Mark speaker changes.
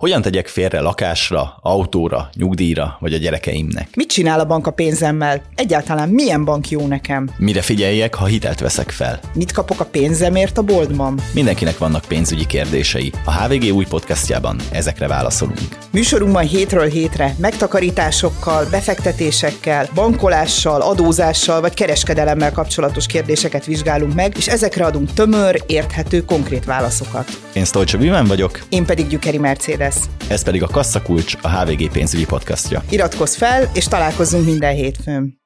Speaker 1: Hogyan tegyek félre lakásra, autóra, nyugdíjra vagy a gyerekeimnek?
Speaker 2: Mit csinál a bank a pénzemmel? Egyáltalán milyen bank jó nekem?
Speaker 1: Mire figyeljek, ha hitelt veszek fel?
Speaker 2: Mit kapok a pénzemért a boltban?
Speaker 1: Mindenkinek vannak pénzügyi kérdései. A HVG új podcastjában ezekre válaszolunk.
Speaker 2: Műsorunkban hétről hétre megtakarításokkal, befektetésekkel, bankolással, adózással vagy kereskedelemmel kapcsolatos kérdéseket vizsgálunk meg, és ezekre adunk tömör, érthető, konkrét válaszokat.
Speaker 1: Én Stolcsa Bűven vagyok,
Speaker 2: Én pedig Gyükeri Mercedes.
Speaker 1: ez pedig a Kasszakulcs, a HVG pénzügyi podcastja.
Speaker 2: Iratkozz fel, és találkozzunk minden hétfőn.